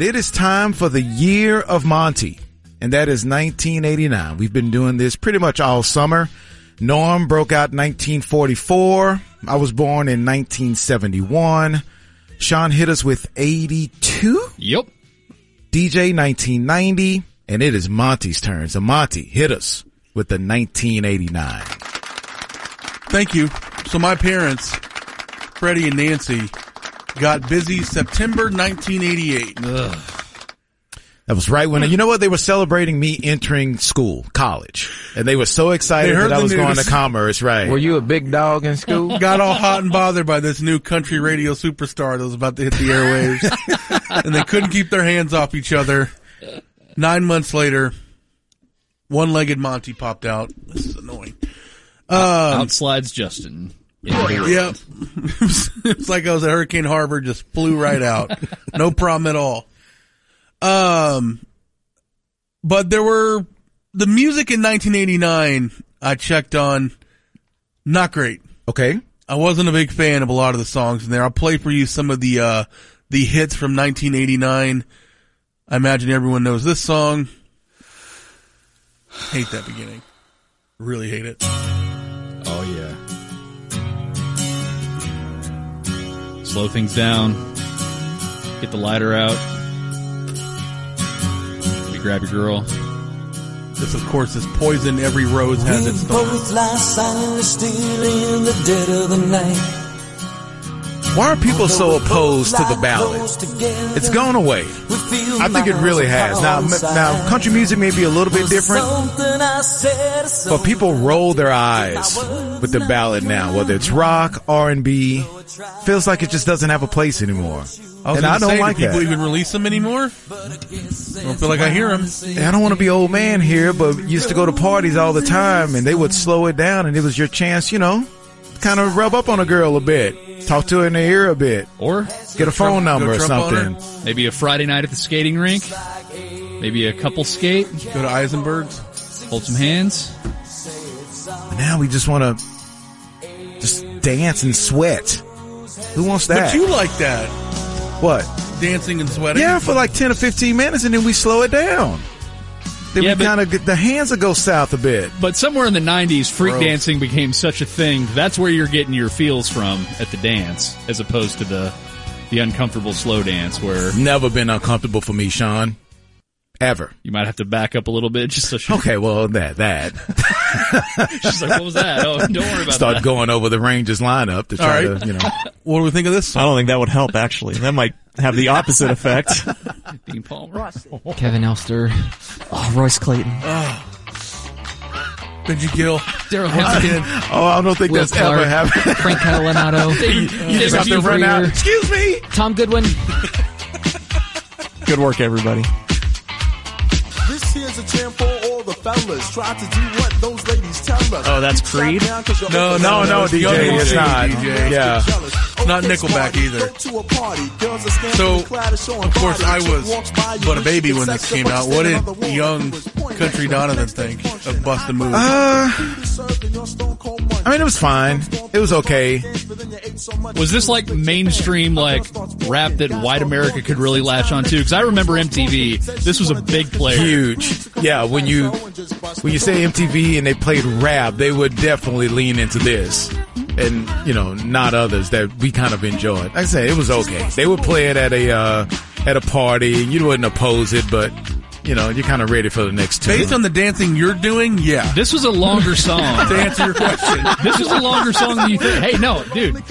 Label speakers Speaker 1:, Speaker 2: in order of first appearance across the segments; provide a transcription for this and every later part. Speaker 1: It is time for the year of Monty, and that is 1989. We've been doing this pretty much all summer. Norm broke out 1944. I was born in 1971. Sean hit us with 82.
Speaker 2: Yep.
Speaker 1: DJ 1990, and it is Monty's turn. So Monty, hit us with the 1989.
Speaker 3: Thank you. So my parents, Freddie and Nancy, got busy September 1988.
Speaker 1: That was right when you know what they were celebrating me entering school, college, and they were so excited
Speaker 3: They heard
Speaker 1: that I
Speaker 3: the
Speaker 1: was going to
Speaker 3: news.
Speaker 1: commerce. Right?
Speaker 4: Were you a big dog in school?
Speaker 3: Got all hot and bothered by this new country radio superstar that was about to hit the airwaves, and they couldn't keep their hands off each other. Nine months later, one-legged Monty popped out. This is annoying.
Speaker 2: Out slides Justin.
Speaker 3: Yep. it was- it was like I was at Hurricane Harbor, just flew right out. no problem at all. Um, but there were the music in 1989 I checked on, not great.
Speaker 1: okay?
Speaker 3: I wasn't a big fan of a lot of the songs in there. I'll play for you some of the, uh, the hits from 1989. I imagine everyone knows this song. Hate that beginning. Really hate it.
Speaker 2: Oh yeah. Slow things down. Get the lighter out. You grab your girl.
Speaker 3: This, of course, is Poison Every Rose Has Its
Speaker 5: We
Speaker 3: Thorn.
Speaker 5: both lie silently still in the dead of the night.
Speaker 1: Why are people so opposed to the ballad? It's gone away. I think it really has. Now, m- now, country music may be a little bit different, but people roll their eyes with the ballad now. Whether it's rock, R and B, feels like it just doesn't have a place anymore.
Speaker 3: was
Speaker 1: and
Speaker 3: gonna
Speaker 1: I don't
Speaker 3: say,
Speaker 1: like
Speaker 3: do people
Speaker 1: that.
Speaker 3: even release them anymore? I don't feel like I hear them.
Speaker 1: I don't want to be old man here, but used to go to parties all the time, and they would slow it down, and it was your chance, you know, kind of rub up on a girl a bit, talk to her in the ear a bit,
Speaker 2: Or
Speaker 1: get a phone number or
Speaker 3: go Trump on
Speaker 1: something.
Speaker 3: her.
Speaker 2: maybe a Friday night at the skating rink. Maybe a couple skate.
Speaker 3: Go to Eisenberg's.
Speaker 2: Hold some hands.
Speaker 1: But now we just want to just dance and sweat. Who wants
Speaker 3: But
Speaker 1: that?
Speaker 3: you like that
Speaker 1: what?
Speaker 3: dancing and sweating?
Speaker 1: Yeah, for like ten or fifteen minutes, and then we slow it down. Then
Speaker 2: Yeah,
Speaker 1: we
Speaker 2: but-
Speaker 1: kind of get the hands will go south a bit.
Speaker 2: But somewhere in the 90s, freak
Speaker 3: Gross.
Speaker 2: dancing became such a thing. That's where you're getting your feels from at the dance, as opposed to the the uncomfortable slow dance where
Speaker 1: Never been uncomfortable for me, Sean. Ever.
Speaker 2: you might have to back up a little bit just so she,
Speaker 1: Okay, well that that
Speaker 2: she's like, what was that? Oh, don't worry about
Speaker 1: start
Speaker 2: that.
Speaker 1: going over the Rangers lineup to try
Speaker 3: All right.
Speaker 1: to you know.
Speaker 3: What do we think of this
Speaker 6: I
Speaker 3: song?
Speaker 6: don't think that would help, actually. That might have the opposite effect.
Speaker 2: Dean Palmer.
Speaker 4: Kevin Elster. Oh, Royce Clayton.
Speaker 3: Benji Gill.
Speaker 4: Daryl Henderson.
Speaker 1: Oh, I don't think
Speaker 4: Will
Speaker 1: that's
Speaker 4: Clark.
Speaker 1: ever happened.
Speaker 4: Frank Catalanato.
Speaker 1: You just have to
Speaker 4: Steve
Speaker 1: run out.
Speaker 4: Greer.
Speaker 1: Excuse me.
Speaker 4: Tom Goodwin.
Speaker 6: Good work, everybody.
Speaker 7: This here's a jam for all the fellas. Try to do what those ladies tell us.
Speaker 6: Oh, that's Creed?
Speaker 3: No,
Speaker 1: Oh, No, no,
Speaker 3: it's Young
Speaker 1: DJ, it's
Speaker 3: DJ,
Speaker 1: not.
Speaker 3: DJ.
Speaker 1: Yeah.
Speaker 3: not Nickelback either. So, of course, I was but a baby when this came out. What did young Country Donovan think of Bust a Move?
Speaker 1: Uh, I mean, it was fine. It was okay.
Speaker 2: Was this like mainstream like rap that white America could really latch onto? Because I remember MTV. This was a big player.
Speaker 1: Huge. Yeah, when you when you say MTV and they played rap, they would definitely lean into this, and you know, not others that we kind of enjoyed. Like I say it was okay. They would play it at a uh, at a party. You wouldn't oppose it, but you know, you're kind of ready for the next two.
Speaker 3: Based on the dancing you're doing, yeah.
Speaker 2: This was a longer song.
Speaker 3: To answer your question,
Speaker 2: This was a longer song than you think. Hey, no, dude.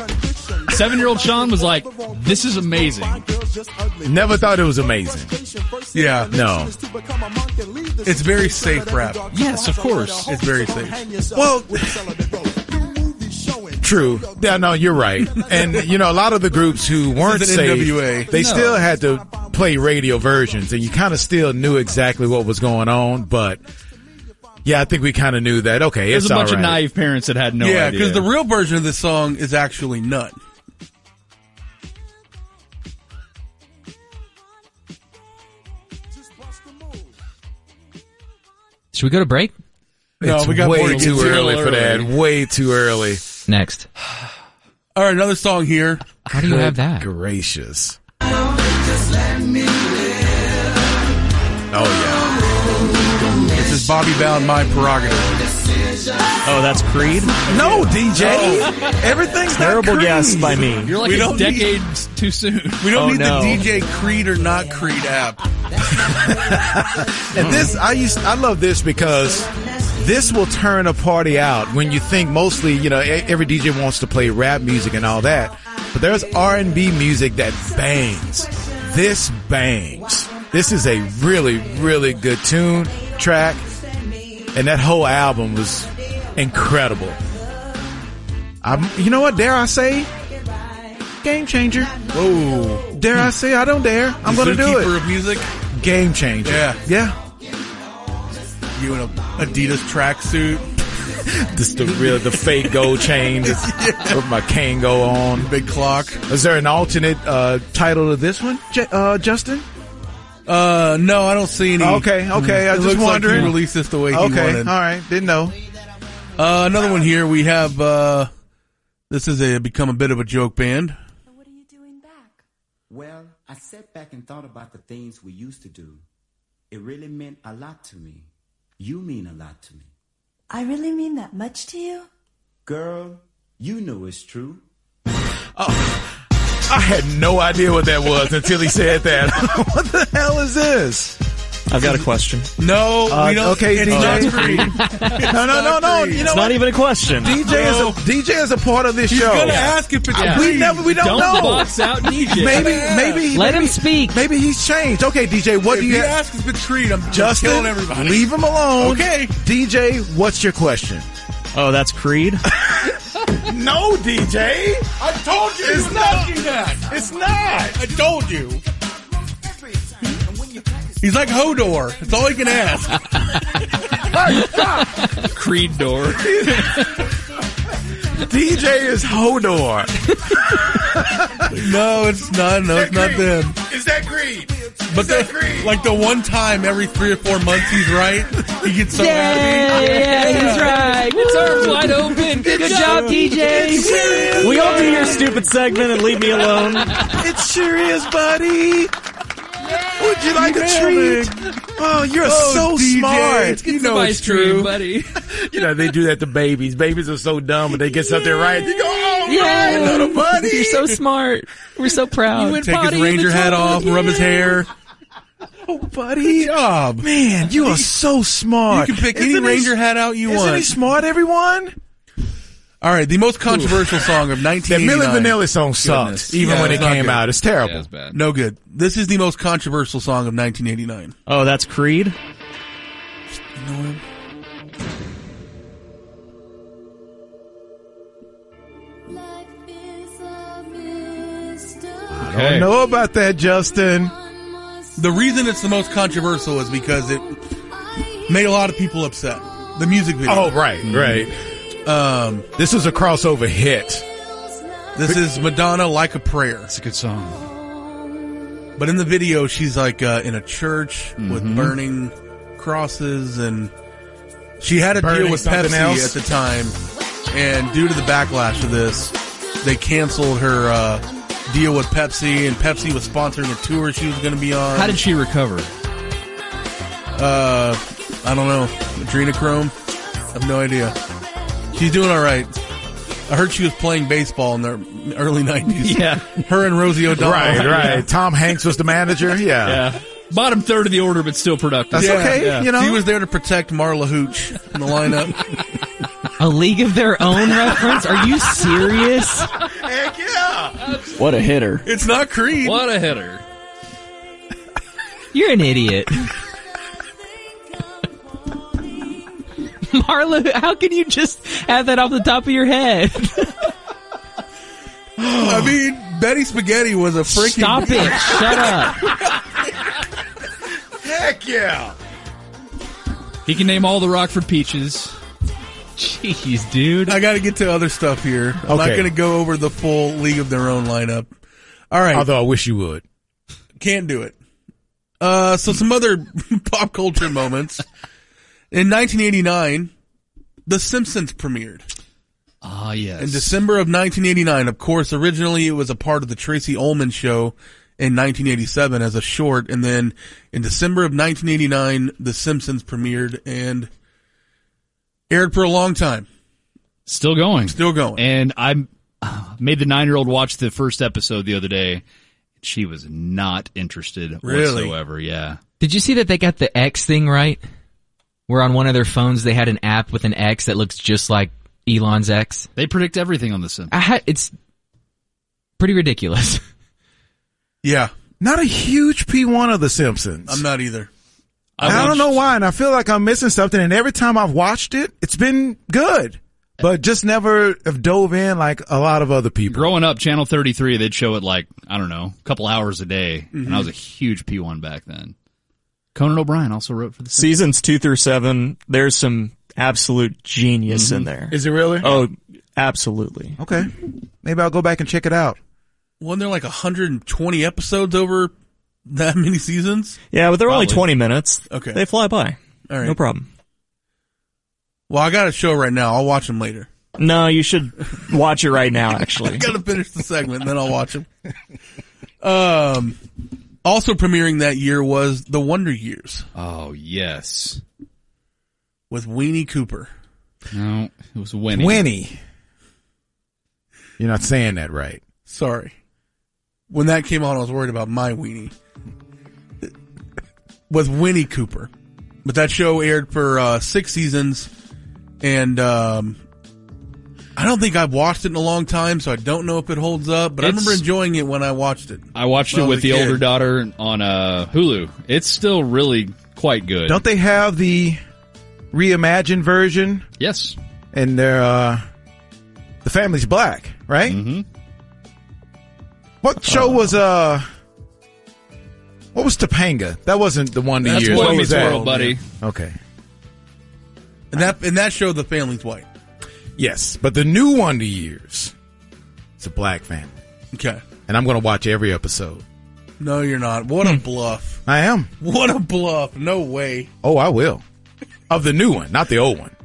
Speaker 2: Seven-year-old Sean was like, "This is amazing."
Speaker 1: Never thought it was amazing.
Speaker 3: yeah.
Speaker 1: No.
Speaker 3: It's very safe rap.
Speaker 2: Yes, of course.
Speaker 3: It's very safe.
Speaker 1: Well, True. Yeah, no, you're right. And you know, a lot of the groups who weren't
Speaker 3: isn't
Speaker 1: safe,
Speaker 3: NWA.
Speaker 1: they still had to play radio versions, and you kind of still knew exactly what was going on. But yeah, I think we kind of knew that. Okay,
Speaker 2: There's
Speaker 1: it's
Speaker 2: a bunch
Speaker 1: all
Speaker 2: of
Speaker 1: right.
Speaker 2: naive parents that had no
Speaker 3: yeah,
Speaker 2: idea.
Speaker 3: because the real version of this song is actually nut.
Speaker 4: Should we go to break?
Speaker 3: No,
Speaker 1: It's
Speaker 3: we got more to
Speaker 1: way
Speaker 3: get
Speaker 1: too
Speaker 3: to.
Speaker 1: early for that. Way too early.
Speaker 4: Next.
Speaker 3: All right, another song here.
Speaker 4: How do you have that?
Speaker 1: Gracious.
Speaker 3: Oh yeah. This is Bobby Bound, my prerogative.
Speaker 6: Oh, that's Creed.
Speaker 1: No, DJ. Everything's
Speaker 6: Terrible
Speaker 1: not Creed.
Speaker 6: guess by me.
Speaker 2: You're like
Speaker 3: We
Speaker 2: a
Speaker 3: don't need-
Speaker 2: decade too soon.
Speaker 3: We don't
Speaker 6: Oh,
Speaker 3: need
Speaker 6: no.
Speaker 3: the DJ Creed or not Creed app.
Speaker 1: And this, I used, I love this because this will turn a party out when you think mostly, you know, e- every DJ wants to play rap music and all that, but there's R and B music that bangs. This bangs. This is a really, really good tune track, and that whole album was incredible. I'm, you know what? Dare I say, game changer? Whoa! Dare I say? I don't dare. I'm going to do
Speaker 3: Zookeeper
Speaker 1: it.
Speaker 3: of music.
Speaker 1: Game changer.
Speaker 3: Yeah.
Speaker 1: Yeah.
Speaker 3: You in a Adidas tracksuit,
Speaker 1: This the real the fake gold chain with my Kango on.
Speaker 3: big clock.
Speaker 1: Is there an alternate uh, title to this one, J- uh, Justin?
Speaker 3: Uh, no, I don't see any.
Speaker 1: Okay, okay, I
Speaker 3: It
Speaker 1: was just
Speaker 3: looks like he
Speaker 1: wondering.
Speaker 3: released this the way he
Speaker 1: Okay, all
Speaker 3: wanted.
Speaker 1: right, didn't know.
Speaker 3: Uh, another one here. We have uh, this is a become a bit of a joke band.
Speaker 8: What are you doing back?
Speaker 9: Well, I sat back and thought about the things we used to do. It really meant a lot to me. You mean a lot to me.
Speaker 8: I really mean that much to you?
Speaker 9: Girl, you know it's true.
Speaker 1: I had no idea what that was until he said that. what the hell is this?
Speaker 6: I've got a question.
Speaker 3: No,
Speaker 1: Uh,
Speaker 3: we don't.
Speaker 1: okay,
Speaker 3: it's
Speaker 1: DJ.
Speaker 3: not Creed.
Speaker 1: Uh, No, no, no, no. You know
Speaker 6: It's
Speaker 1: what?
Speaker 6: not even a question.
Speaker 1: DJ is a DJ is a part of this
Speaker 3: He's
Speaker 1: show.
Speaker 3: gonna ask if it's
Speaker 2: Yeah.
Speaker 3: Creed.
Speaker 1: We never, we don't,
Speaker 2: Don't
Speaker 1: know.
Speaker 2: box out DJ.
Speaker 1: Maybe, maybe,
Speaker 4: Let him speak.
Speaker 1: maybe he's changed. Okay, DJ, what
Speaker 3: If
Speaker 1: do
Speaker 3: he
Speaker 1: you? have?
Speaker 3: asks if it's Creed, I'm just
Speaker 1: Justin,
Speaker 3: killing everybody.
Speaker 1: leave him alone.
Speaker 3: Okay.
Speaker 1: DJ, what's your question?
Speaker 6: Oh, that's Creed.
Speaker 1: No, DJ.
Speaker 3: I told you,
Speaker 1: It's
Speaker 3: it's
Speaker 1: not-
Speaker 3: not that.
Speaker 1: It's not.
Speaker 3: I told you. He's like Hodor. That's all he can ask.
Speaker 2: Creed door.
Speaker 1: DJ is Hodor.
Speaker 3: No, it's not. No, it's not them.
Speaker 1: Is that Creed?
Speaker 3: But the, like the one time every three or four months he's right, he gets so happy.
Speaker 4: he's right. It's arms wide open. Good, job, DJ.
Speaker 6: Will y'all do your stupid segment and leave me alone?
Speaker 1: It sure is, buddy. Would you like a treat? Oh, you're so
Speaker 3: DJ.
Speaker 1: smart.
Speaker 3: You know
Speaker 2: Ice
Speaker 3: it's true.
Speaker 2: cream, buddy.
Speaker 1: You know, they do that to babies. Babies are so dumb, but they get something right. You go, oh, right, little buddy.
Speaker 4: You're so smart. We're so proud.
Speaker 3: Take his ranger hat off, rub his hair.
Speaker 1: Oh, buddy.
Speaker 3: Job.
Speaker 1: Man, you are so smart.
Speaker 3: You can pick any
Speaker 1: Isn't he-
Speaker 3: ranger hat out you
Speaker 1: Isn't he
Speaker 3: want.
Speaker 1: smart, everyone?
Speaker 3: All right, the most controversial song of
Speaker 1: That
Speaker 3: 1989.
Speaker 1: Millie Vanilli song sucks, even
Speaker 3: Yeah,
Speaker 1: when it
Speaker 3: it's not
Speaker 1: came
Speaker 3: good.
Speaker 1: out. It's terrible.
Speaker 2: That's bad.
Speaker 3: No good. This is the most controversial song of 1989.
Speaker 6: Oh, that's Creed.
Speaker 8: Life is a mystery.
Speaker 1: I don't know about that, Justin.
Speaker 3: The reason it's the most controversial is because it made a lot of people upset. The music video.
Speaker 1: Oh, right,
Speaker 6: mm-hmm.
Speaker 1: right.
Speaker 3: Um,
Speaker 1: This was a crossover hit.
Speaker 3: this is Madonna like a prayer.
Speaker 2: That's a good song.
Speaker 3: But in the video, she's like uh, in a church with
Speaker 2: Mm-hmm.
Speaker 3: burning crosses, and she had a deal
Speaker 1: Burning
Speaker 3: with
Speaker 1: something
Speaker 3: Pepsi
Speaker 1: else?
Speaker 3: at the time. And due to the backlash of this, they canceled her uh, deal with Pepsi, and Pepsi was sponsoring a tour she was going to be on.
Speaker 2: How did she recover?
Speaker 3: uh, I don't know, adrenochrome? I have no idea. She's doing all right. I heard she was playing baseball in the early nineties.
Speaker 2: Yeah.
Speaker 3: her and Rosie O'Donnell.
Speaker 1: Right, right. Tom Hanks was the manager. Yeah.
Speaker 2: Yeah. Bottom third of the order, but still productive.
Speaker 1: That's okay, you know?
Speaker 3: She was there to protect Marla Hooch in the lineup.
Speaker 4: A League of Their Own reference? Are you serious?
Speaker 1: Heck yeah.
Speaker 6: What a hitter.
Speaker 3: It's not Creed.
Speaker 2: What a hitter.
Speaker 4: You're an idiot. Marla, how can you just have that off the top of your head?
Speaker 3: I mean, Betty Spaghetti was a freaking.
Speaker 4: Stop it. Shut up.
Speaker 1: Heck yeah.
Speaker 2: He can name all the Rockford peaches.
Speaker 4: Jeez, dude.
Speaker 3: I got to get to other stuff here. I'm not
Speaker 1: Okay.
Speaker 3: going to go over the full League of Their Own lineup. All right,
Speaker 1: Although I wish you would.
Speaker 3: can't do it. Uh, so some other pop culture moments. In 1989, The Simpsons premiered.
Speaker 2: Ah, yes.
Speaker 3: In December of 1989, of course, originally it was a part of the Tracy Ullman show in 1987 as a short, and then in December of 1989, The Simpsons premiered and aired for a long time.
Speaker 2: Still going.
Speaker 3: Still going.
Speaker 2: And I made the nine year old watch the first episode the other day. She was not interested
Speaker 3: Really?
Speaker 2: whatsoever. Yeah.
Speaker 4: Did you see that they got the X thing right? Where on one of their phones they had an app with an X that looks just like Elon's X.
Speaker 2: They predict everything on The Simpsons.
Speaker 4: I ha- it's pretty ridiculous.
Speaker 3: yeah,
Speaker 6: Not a huge P1 of The Simpsons.
Speaker 3: I'm not either.
Speaker 6: And I, don't
Speaker 2: watched-
Speaker 6: know why, and I feel like I'm missing something. And every time I've watched it, it's been good, but just never have dove in like a lot of other people.
Speaker 2: Growing up, Channel 33, they'd show it like, I don't know, a couple hours a day. And I was a huge P1 back then. Conan O'Brien also wrote for The Simpsons.
Speaker 9: Seasons two through seven, there's some absolute genius in there.
Speaker 6: Is it really?
Speaker 9: oh, absolutely.
Speaker 6: Okay, maybe I'll go back and check it out.
Speaker 3: Wasn't there like 120 episodes over that many seasons?
Speaker 9: Yeah, but they're only
Speaker 2: Probably.
Speaker 9: 20 minutes.
Speaker 3: Okay.
Speaker 9: They fly by.
Speaker 3: All right.
Speaker 9: No problem.
Speaker 3: Well, I got a show right now. I'll watch them later.
Speaker 9: No, you should watch it right now, actually.
Speaker 3: Gotta finish the segment, then I'll watch them. Um, also premiering that year was The Wonder Years
Speaker 2: Oh, yes.
Speaker 3: with Weenie Cooper.
Speaker 2: No, it was Winnie.
Speaker 6: Winnie, you're not saying that right.
Speaker 3: Sorry. When that came on, I was worried about my weenie. With Winnie Cooper. But that show aired for uh, six seasons. And um, I don't think I've watched it in a long time, so I don't know if it holds up. But I
Speaker 2: It's-
Speaker 3: remember enjoying it when I watched it.
Speaker 2: I watched
Speaker 3: Well,
Speaker 2: it with
Speaker 3: the
Speaker 2: the
Speaker 3: kid.
Speaker 2: older daughter on uh, Hulu. It's still really quite good.
Speaker 6: Don't they have the reimagined version?
Speaker 2: yes.
Speaker 6: And they're uh, the family's black, right?
Speaker 3: Mm-hmm.
Speaker 2: Mhm.
Speaker 6: What show was uh? What was Topanga? That wasn't the one
Speaker 3: That's
Speaker 6: year.
Speaker 3: Boy
Speaker 2: Boy
Speaker 3: what
Speaker 2: Meets
Speaker 3: was that?
Speaker 2: World, buddy.
Speaker 6: Okay.
Speaker 3: And that, and that show, The Family's White.
Speaker 6: Yes, but the new Wonder Years, it's a black family,
Speaker 3: Okay.
Speaker 6: and I'm going to watch every episode.
Speaker 3: No, you're not. What
Speaker 4: Hmm.
Speaker 3: a bluff.
Speaker 6: I am.
Speaker 3: What a bluff. No way.
Speaker 6: Oh, I will. Of the new one, not the old one.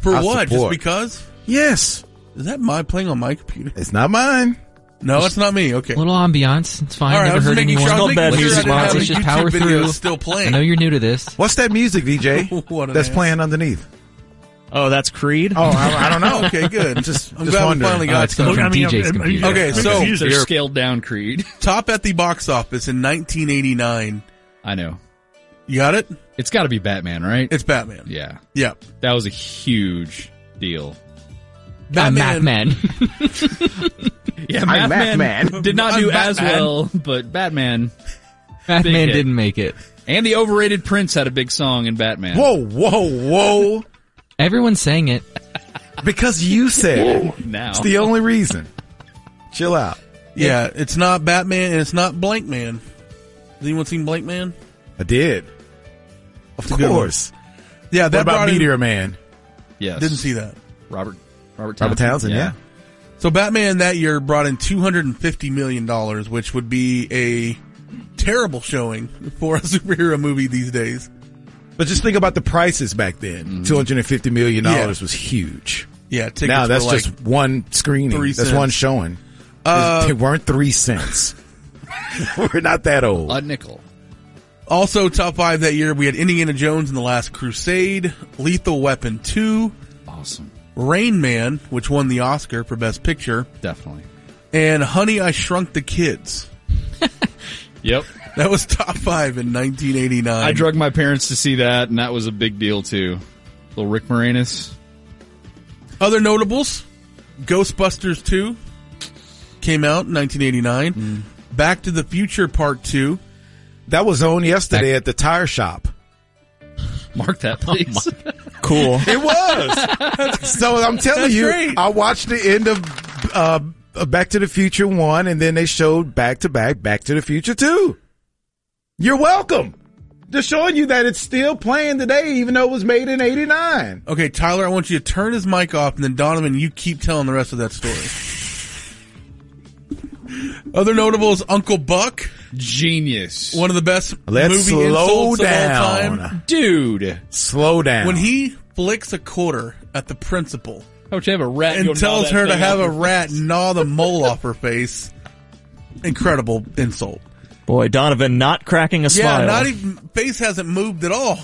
Speaker 3: For
Speaker 6: I
Speaker 3: what? Just
Speaker 6: support.
Speaker 3: because?
Speaker 6: Yes,
Speaker 3: Is that my playing on my computer?
Speaker 6: it's not mine.
Speaker 3: No, it's not me. Okay.
Speaker 4: A little ambiance. It's fine.
Speaker 3: All right, I
Speaker 4: Never
Speaker 3: was
Speaker 4: heard
Speaker 3: making sure.
Speaker 4: anyone.
Speaker 3: I was
Speaker 9: It's
Speaker 3: making
Speaker 9: called Bad
Speaker 3: sure I didn't
Speaker 9: Music
Speaker 3: have
Speaker 9: Box.
Speaker 3: a
Speaker 4: It's just
Speaker 3: YouTube
Speaker 4: power
Speaker 3: video
Speaker 4: through.
Speaker 3: still
Speaker 4: I
Speaker 3: playing.
Speaker 4: know you're new to this.
Speaker 6: What's that music, VJ?
Speaker 3: What an
Speaker 6: that's
Speaker 3: ass.
Speaker 6: playing underneath.
Speaker 9: Oh, that's Creed?
Speaker 6: Oh, I, I don't know.
Speaker 3: Okay, good.
Speaker 6: Just,
Speaker 3: I'm
Speaker 6: just
Speaker 3: glad we
Speaker 6: wondering. Oh,
Speaker 3: finally
Speaker 4: Uh,
Speaker 3: got
Speaker 4: it's coming
Speaker 3: some.
Speaker 4: from DJ's computer.
Speaker 3: Okay, so
Speaker 2: These are scaled down Creed.
Speaker 3: top at the box office in 1989.
Speaker 2: I know.
Speaker 3: You got it?
Speaker 2: It's got to be Batman, right?
Speaker 3: It's Batman. Yeah.
Speaker 2: yeah. That was a huge deal.
Speaker 4: I'm Batman.
Speaker 2: Yeah,
Speaker 6: I'm
Speaker 2: Batman
Speaker 6: Batman.
Speaker 2: did not
Speaker 3: I'm
Speaker 2: do as
Speaker 3: Batman.
Speaker 2: well, but Batman
Speaker 4: Batman
Speaker 2: hit.
Speaker 4: didn't make it.
Speaker 2: and the overrated Prince had a big song in Batman.
Speaker 6: Whoa, whoa, whoa!
Speaker 4: Everyone sang it.
Speaker 6: Because you said it.
Speaker 2: now
Speaker 6: it's the only reason. Chill out.
Speaker 3: Yeah, it's not Batman and it's not Blank Man. Has anyone seen Blank Man?
Speaker 6: I did. Of
Speaker 3: good one.
Speaker 6: course.
Speaker 3: Yeah,
Speaker 6: What
Speaker 3: that
Speaker 6: about
Speaker 3: brought in-
Speaker 6: Meteor Man?
Speaker 2: yes,
Speaker 3: Didn't see that.
Speaker 2: Robert Robert Townsend.
Speaker 6: Robert Townsend. Yeah.
Speaker 3: So Batman that year brought in 250 million dollars, which would be a terrible showing for a superhero movie these days.
Speaker 6: But just think about the prices back then. hundred and fifty million dollars
Speaker 3: Mm-hmm. Yeah.
Speaker 6: was huge.
Speaker 3: Yeah, tickets
Speaker 6: Now that's
Speaker 3: were like,
Speaker 6: just one screening.
Speaker 3: three
Speaker 6: That's one
Speaker 3: cents.
Speaker 6: showing.
Speaker 3: Uh,
Speaker 6: they weren't three cents. We're not that old.
Speaker 2: a nickel.
Speaker 3: Also, top five that year, we had Indiana Jones and the Last Crusade, Lethal Weapon 2,
Speaker 2: Awesome,
Speaker 3: Rain Man, which won the Oscar for Best Picture,
Speaker 2: definitely.
Speaker 3: and Honey, I Shrunk the Kids.
Speaker 2: Yep,
Speaker 3: That was top five in 1989.
Speaker 2: I drug my parents to see that, and that was a big deal too. Little Rick Moranis.
Speaker 3: Other notables, Ghostbusters 2 came out in 1989,
Speaker 6: Mm.
Speaker 3: Back to the Future Part 2,
Speaker 6: that was on yesterday at the tire shop.
Speaker 2: Mark that, please.
Speaker 9: Cool.
Speaker 6: It was. so I'm telling
Speaker 3: That's
Speaker 6: you,
Speaker 3: great.
Speaker 6: I watched the end of uh, uh, Back to the Future one, and then they showed back to back Back to the Future two. You're welcome. Just showing you that it's still playing today, even though it was made in '89.
Speaker 3: Okay, Tyler, I want you to turn his mic off, and then Donovan, you keep telling the rest of that story. Other notables: Uncle Buck,
Speaker 2: Genius,
Speaker 3: one of the best
Speaker 6: Let's
Speaker 3: movie
Speaker 6: slow
Speaker 3: insults of all
Speaker 6: down.
Speaker 3: time.
Speaker 2: dude.
Speaker 6: Slow down.
Speaker 3: When he flicks a quarter at the principal
Speaker 2: How would you Oh, have a rat
Speaker 3: and
Speaker 2: go gnaw
Speaker 3: tells
Speaker 2: that
Speaker 3: her to
Speaker 2: thing
Speaker 3: have
Speaker 2: off
Speaker 3: a
Speaker 2: your-
Speaker 3: rat gnaw the mole off her face, incredible insult.
Speaker 9: Boy, Donovan not cracking a
Speaker 3: Yeah,
Speaker 9: smile.
Speaker 3: not even face hasn't moved at all.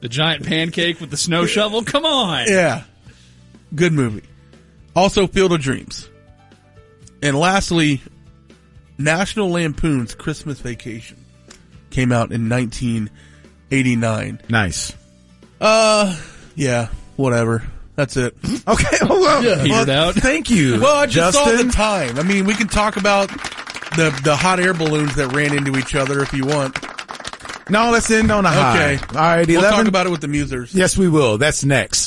Speaker 2: The giant pancake with the snow shovel. Come on.
Speaker 3: Yeah. Good movie. Also, Field of Dreams. And lastly, National Lampoon's Christmas Vacation came out in 1989.
Speaker 6: Nice.
Speaker 3: Uh, yeah, whatever. That's it.
Speaker 6: Okay. Well,
Speaker 2: Petered out.
Speaker 6: Uh, Thank you.
Speaker 3: Well, I just saw
Speaker 6: Justin.
Speaker 3: the time. I mean, we can talk about the the hot air balloons that ran into each other if you want.
Speaker 6: No, let's end on a high.
Speaker 3: Okay.
Speaker 6: All right.
Speaker 3: We'll
Speaker 6: 11.
Speaker 3: talk about it with the musers.
Speaker 6: yes, we will. That's next.